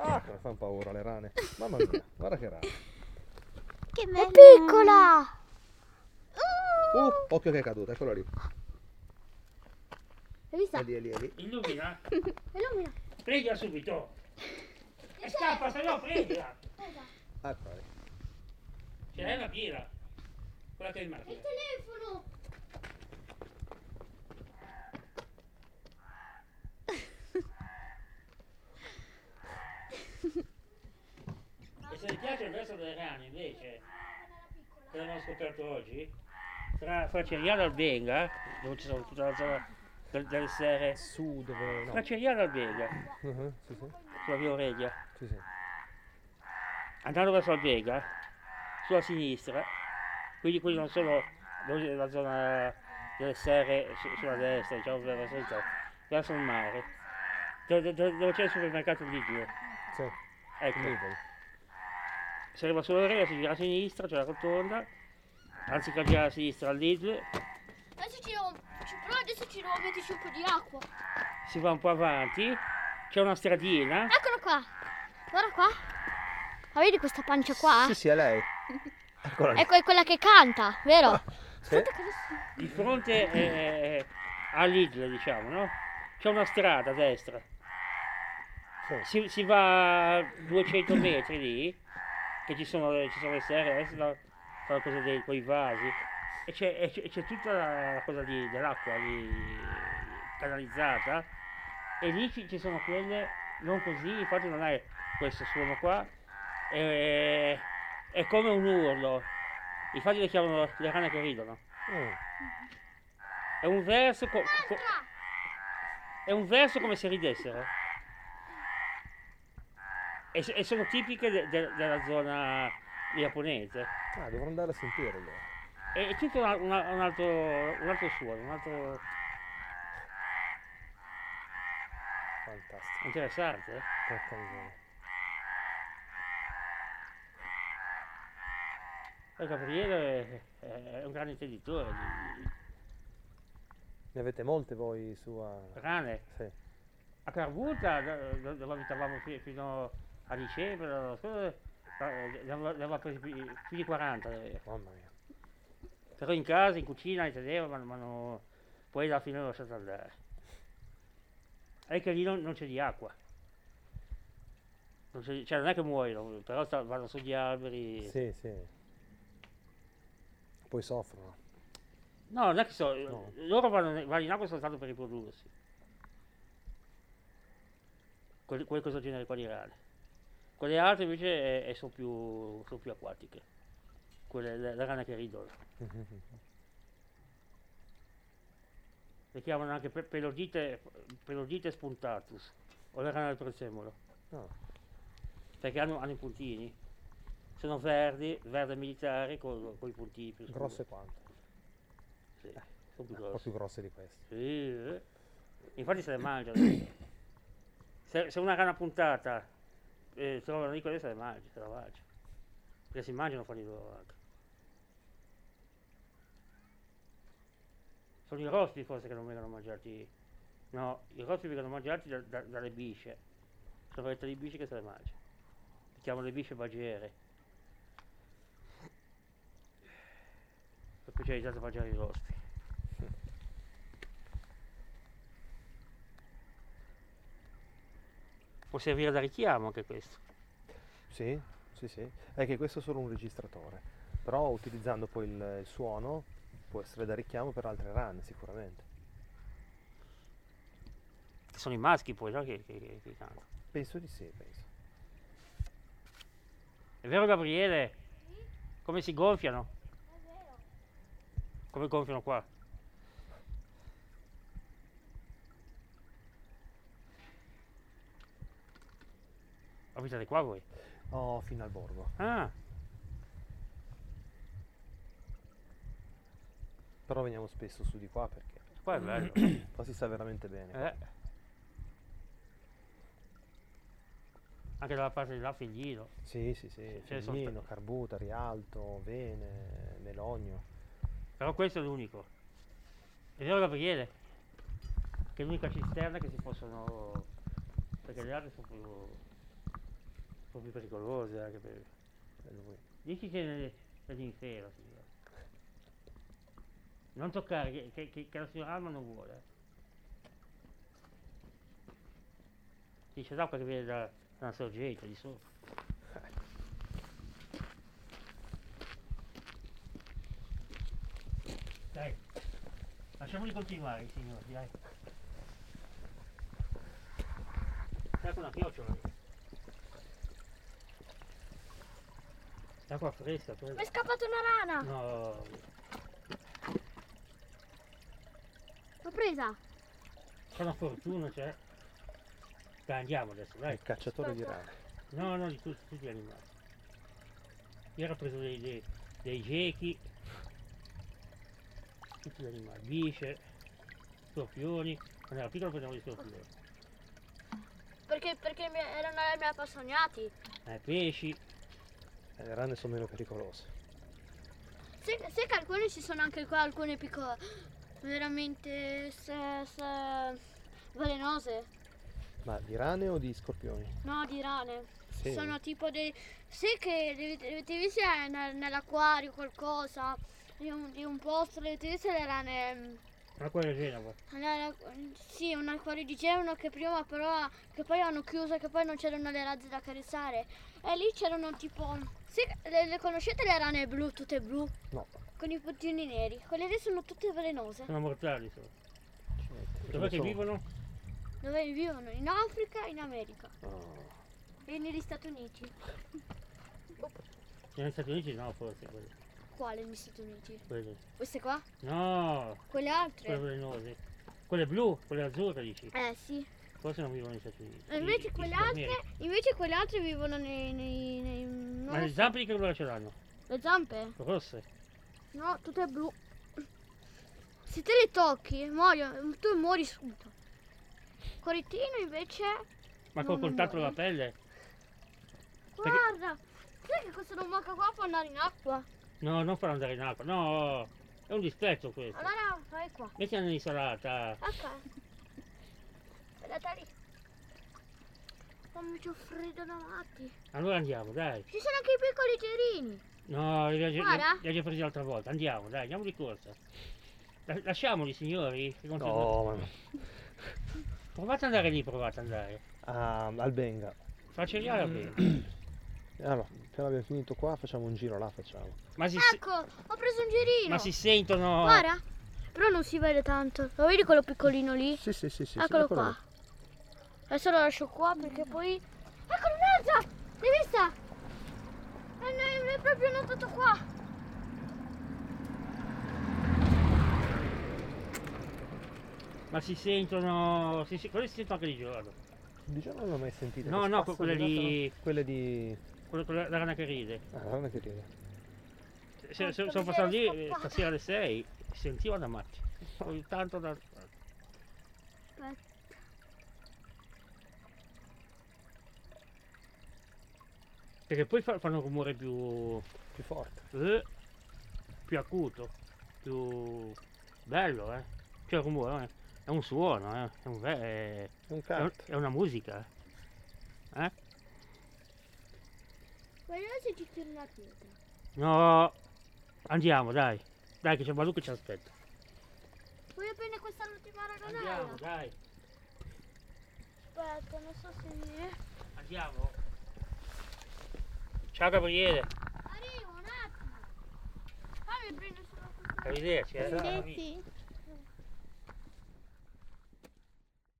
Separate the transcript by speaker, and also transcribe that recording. Speaker 1: Ah, fanno paura le rane. Mamma mia, guarda che rana.
Speaker 2: Che
Speaker 3: È
Speaker 2: bella.
Speaker 3: piccola!
Speaker 1: Uh, occhio che è caduta, eccola lì.
Speaker 3: Hai visto?
Speaker 1: È lì, è lì, è lì.
Speaker 4: Illumina,
Speaker 3: Illumina.
Speaker 4: prendila subito. E scappa, se no prendila.
Speaker 1: Eccola lì.
Speaker 4: Ce l'hai la pira. Quella che è in macchina.
Speaker 3: telefono!
Speaker 4: E se ti piace il verso delle rane invece, che l'abbiamo scoperto oggi, tra Franceriano e Albenga, dove ci sono tutta la zona del, delle serre,
Speaker 1: Su dove... No.
Speaker 4: Franceriano e Albenga,
Speaker 1: Mhm, sì, sì,
Speaker 4: sulla via Aurelia,
Speaker 1: sì, sì.
Speaker 4: andando verso Albenga, sulla sinistra, quindi quelli non sono dove- la zona delle serre su- sulla destra, diciamo verso il, verso il mare, do- do- do- dove c'è il supermercato Ligure.
Speaker 1: Sì,
Speaker 4: Ecco,
Speaker 1: Nivoli.
Speaker 4: si arriva sulla Aurelia, si gira a sinistra, c'è la rotonda, anzi cambiare a sinistra al Lidl,
Speaker 3: Adesso ci devo. ci- Però adesso ci devo metterci un po' di acqua.
Speaker 4: si va un po' avanti, c'è una stradina.
Speaker 3: Eccolo qua! Guarda qua! Ma vedi questa pancia qua?
Speaker 1: Sì, sì, è lei. Eccola lì.
Speaker 3: Ecco, è quella che canta, vero?
Speaker 1: Sì.
Speaker 3: Aspetta che adesso-
Speaker 4: di fronte eh, a Lidl, diciamo, no? C'è una strada a destra,
Speaker 1: Sì.
Speaker 4: si, si va 200 metri lì, che ci sono, ci sono le serre, adesso la, fa la cosa dei, quei vasi, e c'è, e c'è- c'è tutta la cosa di- dell'acqua lì, canalizzata, e lì ci, ci sono quelle, non così, infatti non è questo suono qua, è, è come un urlo, infatti le chiamano le rane che ridono.
Speaker 1: Mm.
Speaker 4: È un verso co- co-
Speaker 1: Ah.
Speaker 4: è un verso come se ridessero. E, s- e sono tipiche de- de- della zona giapponese.
Speaker 1: Ah, dovrò andare a sentire allora.
Speaker 4: E è tutto una- una- un, altro, un altro suono, un altro
Speaker 1: Fantastico.
Speaker 4: interessante.
Speaker 1: Porca miseria.
Speaker 4: La Gabriele è, è un grande intenditore di di
Speaker 1: Ne avete molte voi su... a-
Speaker 4: rane.
Speaker 1: Sì.
Speaker 4: A Carbuta, do- do- dove abitavamo fi- fino a dicembre, l'anno scorso, eh, ne aveva ne aveva presi più più di 40. ne aveva.
Speaker 1: Mamma mia.
Speaker 4: Però in casa, in cucina, li teneva, ma, ma no- poi alla fine l'ho lasciato andare. È che lì non, non c'è di acqua. Non, c'è- cioè, non è che muoiono, però sta- vanno sugli alberi.
Speaker 1: Sì, sì. Poi soffrono.
Speaker 4: No, non è che so, eh,
Speaker 1: No.
Speaker 4: loro vanno, vanno in acqua soltanto per riprodursi. Quel, quel questo genere qua di rane. Quelle altre invece eh, eh, sono più, sono più acquatiche. Quelle, le, le rane che ridono. Le chiamano anche pe- pelodite, pelodite spuntatus, o le rane del prezzemolo.
Speaker 1: No.
Speaker 4: perché hanno, hanno i puntini. Sono verdi, verde militare con, i puntini più scuri.
Speaker 1: Grosse Eh, quanto?
Speaker 4: Sì, sono
Speaker 1: Un
Speaker 4: più
Speaker 1: po'
Speaker 4: grossi.
Speaker 1: più grosse di queste.
Speaker 4: Sì, eh. Infatti se le mangiano. se, se una rana puntata eh, trovano di quelle se le mangia, se la mangia. Perché si mangiano fra di loro anche. Sono i rosti forse che non vengono mangiati. No, i rosti vengono mangiati da- da- dalle bisce. Sono vette di bisce che se le mangiano. Si chiamano le bisce bagiere. Sono specializzate a mangiare i rosti. Può servire da richiamo anche questo.
Speaker 1: Sì, sì, sì. È che questo è solo un registratore. Però utilizzando poi il, il suono può essere da richiamo per altre rane sicuramente.
Speaker 4: Che sono i maschi poi, no? Che, che- che- che cantano.
Speaker 1: Penso di sì, penso.
Speaker 4: È vero Gabriele? Come si gonfiano? Come gonfiano qua? Abitate qua voi?
Speaker 1: Oh, fino al borgo.
Speaker 4: Ah,
Speaker 1: Però veniamo spesso su di qua perché
Speaker 4: qua è bello.
Speaker 1: qua si sta veramente bene.
Speaker 4: Eh. Anche dalla parte di là figlino.
Speaker 1: Sì, sì, sì.
Speaker 4: ce ne sono
Speaker 1: Fiumino,
Speaker 4: tanti.
Speaker 1: Carbuta, Rialto, Vene, Melogno.
Speaker 4: Però questo è l'unico. È vero Gabriele? Che è l'unica cisterna che si possono. Perché le altre sono più. po' più pericolose anche eh, per...
Speaker 1: È lui.
Speaker 4: Dici che è l'infero, signora. Non toccare, che, che- che- che la signora Alma non vuole. Sì, c'è l'acqua che viene da, da una sorgente di sopra. Dai, lasciamoli continuare, i signori, dai. Sta con la chiocciola. lì. L'acqua fresca, quella.
Speaker 3: Mi è scappata una rana.
Speaker 4: No,
Speaker 3: L'ho presa.
Speaker 4: c'è una fortuna, c'è. Dai, andiamo adesso,
Speaker 1: È
Speaker 4: dai.
Speaker 1: il cacciatore di
Speaker 3: Aspetta.
Speaker 1: rane.
Speaker 4: No, no, di tutti, tutti gli animali. Ieri ho preso dei, dei, dei gechi, tutti gli animali, bisce, scorpioni. Quando ero piccolo prendevo gli scorpioni.
Speaker 3: Perché, perché mi- erano i miei appassoniati.
Speaker 4: Eh, pesci,
Speaker 1: Eh, Le rane sono meno pericolose.
Speaker 3: Se, se calcoli ci sono anche qua alcune piccole. Veramente se- se- velenose.
Speaker 1: Ma di rane o di scorpioni?
Speaker 3: No, di rane.
Speaker 1: Sì.
Speaker 3: Sono tipo dei. Sì, che le le avete viste ne- nell'acquario qualcosa. Di un, di un posto, le avete viste le rane. mm,
Speaker 4: ma quella è Genova.
Speaker 3: nella- sì, un acquario di Genova che prima però. che poi hanno chiuso, che poi non c'erano le razze da carezzare. E lì c'erano tipo. Sì, le, le conoscete le rane blu, tutte blu?
Speaker 1: No.
Speaker 3: Con i puntini neri. Quelle lì sono tutte velenose.
Speaker 4: Sono mortali solo.
Speaker 1: Accidenti.
Speaker 4: Dov'è che
Speaker 1: Sono-
Speaker 4: vivono?
Speaker 3: Dove vivono? In Africa e in America.
Speaker 1: Oh.
Speaker 3: E negli Stati Uniti.
Speaker 4: Negli Stati Uniti no, forse. Quelli.
Speaker 3: Quale negli Stati Uniti?
Speaker 4: quelli.
Speaker 3: Queste qua?
Speaker 4: No,
Speaker 3: Quelle altre?
Speaker 4: quelle velenose. Quelle blu, quelle azzurre dici.
Speaker 3: Eh sì.
Speaker 4: Forse non vivono negli Stati Uniti.
Speaker 3: E Invece
Speaker 4: In- in
Speaker 3: quelle
Speaker 4: Sud
Speaker 3: altre,
Speaker 4: America.
Speaker 3: invece quelle altre vivono nei, nei, nei- non
Speaker 4: Ma
Speaker 3: lo
Speaker 4: le
Speaker 3: so.
Speaker 4: zampe di che colore ce l'hanno?
Speaker 3: Le zampe?
Speaker 4: Rosse?
Speaker 3: No, tutte blu. Se te le tocchi, muoiono, tu muori subito. Corettino invece,
Speaker 4: Ma
Speaker 3: No,
Speaker 4: col
Speaker 3: non
Speaker 4: contatto
Speaker 3: muore.
Speaker 4: della pelle? Perché-
Speaker 3: guarda, sai che questo non manca qua può andare in acqua?
Speaker 4: No, non farlo andare in acqua, no, è un distretto questo.
Speaker 3: Allora fai qua.
Speaker 4: Metti un'insalata.
Speaker 3: Acqua. Guardata lì. Mamma c'ho freddo da matti.
Speaker 4: Allora andiamo, dai.
Speaker 3: Ci sono anche i piccoli gerini.
Speaker 4: No, li abbiamo già-
Speaker 3: Guarda.
Speaker 4: li abbiamo presi l'altra volta. Andiamo, dai, andiamo di corsa. La- lasciamoli, signori. che continuano.
Speaker 1: No, ma no.
Speaker 4: Provate ad andare lì, provate ad andare.
Speaker 1: Ah, al Benga. Mm.
Speaker 4: Facciamo bene.
Speaker 1: Ah, no, appena abbiamo finito qua facciamo un giro là, facciamo.
Speaker 4: Ma si, se-
Speaker 3: Ecco, ho preso un gerino.
Speaker 4: ma si sentono.
Speaker 3: Guarda, però non si vede tanto. Lo vedi quello piccolino lì?
Speaker 1: Sì, sì, sì, sì.
Speaker 3: Eccolo
Speaker 1: sì,
Speaker 3: qua.
Speaker 1: lì.
Speaker 3: Adesso lo lascio qua perché poi... Eccolo un'altra! L'hai vista? E ne- ne è proprio notato qua.
Speaker 4: Ma si sentono. Si, si, quelli si sentono anche di giorno.
Speaker 1: Di giorno non l'ho mai sentita.
Speaker 4: No,
Speaker 1: che
Speaker 4: no,
Speaker 1: spasso
Speaker 4: quelle
Speaker 1: di
Speaker 4: lì-
Speaker 1: notte, no? Quelle di...
Speaker 4: Quello con la la rana che ride.
Speaker 1: Ah, non è che dire.
Speaker 4: Se- Se, se-
Speaker 3: Porca
Speaker 4: sono passato lì
Speaker 3: miseria,
Speaker 4: eh,
Speaker 3: scappata.
Speaker 4: stasera alle 6. Sentivo da matti. Ogni tanto da. Perché poi fa- fanno un rumore più.
Speaker 1: Più forte.
Speaker 4: Eh, più acuto, più bello, eh. Cioè, il rumore, eh, è un suono, eh, è, un ve-
Speaker 1: È
Speaker 4: è-
Speaker 1: un
Speaker 4: è un-
Speaker 1: canto.
Speaker 4: è una musica. eh.
Speaker 3: Vediamo se ci tira una pietra.
Speaker 4: No, andiamo, dai, dai, che c'è Balu che ci aspetta.
Speaker 3: Voglio prendere questa l'ultima
Speaker 4: Andiamo,
Speaker 3: raganella.
Speaker 4: dai,
Speaker 3: Aspetta, non so se mi...
Speaker 4: andiamo. Ciao Gabriele,
Speaker 3: Arrivo un attimo. Fammi prendere solo questa.
Speaker 4: arrivederci. eh.
Speaker 3: Arrivederci.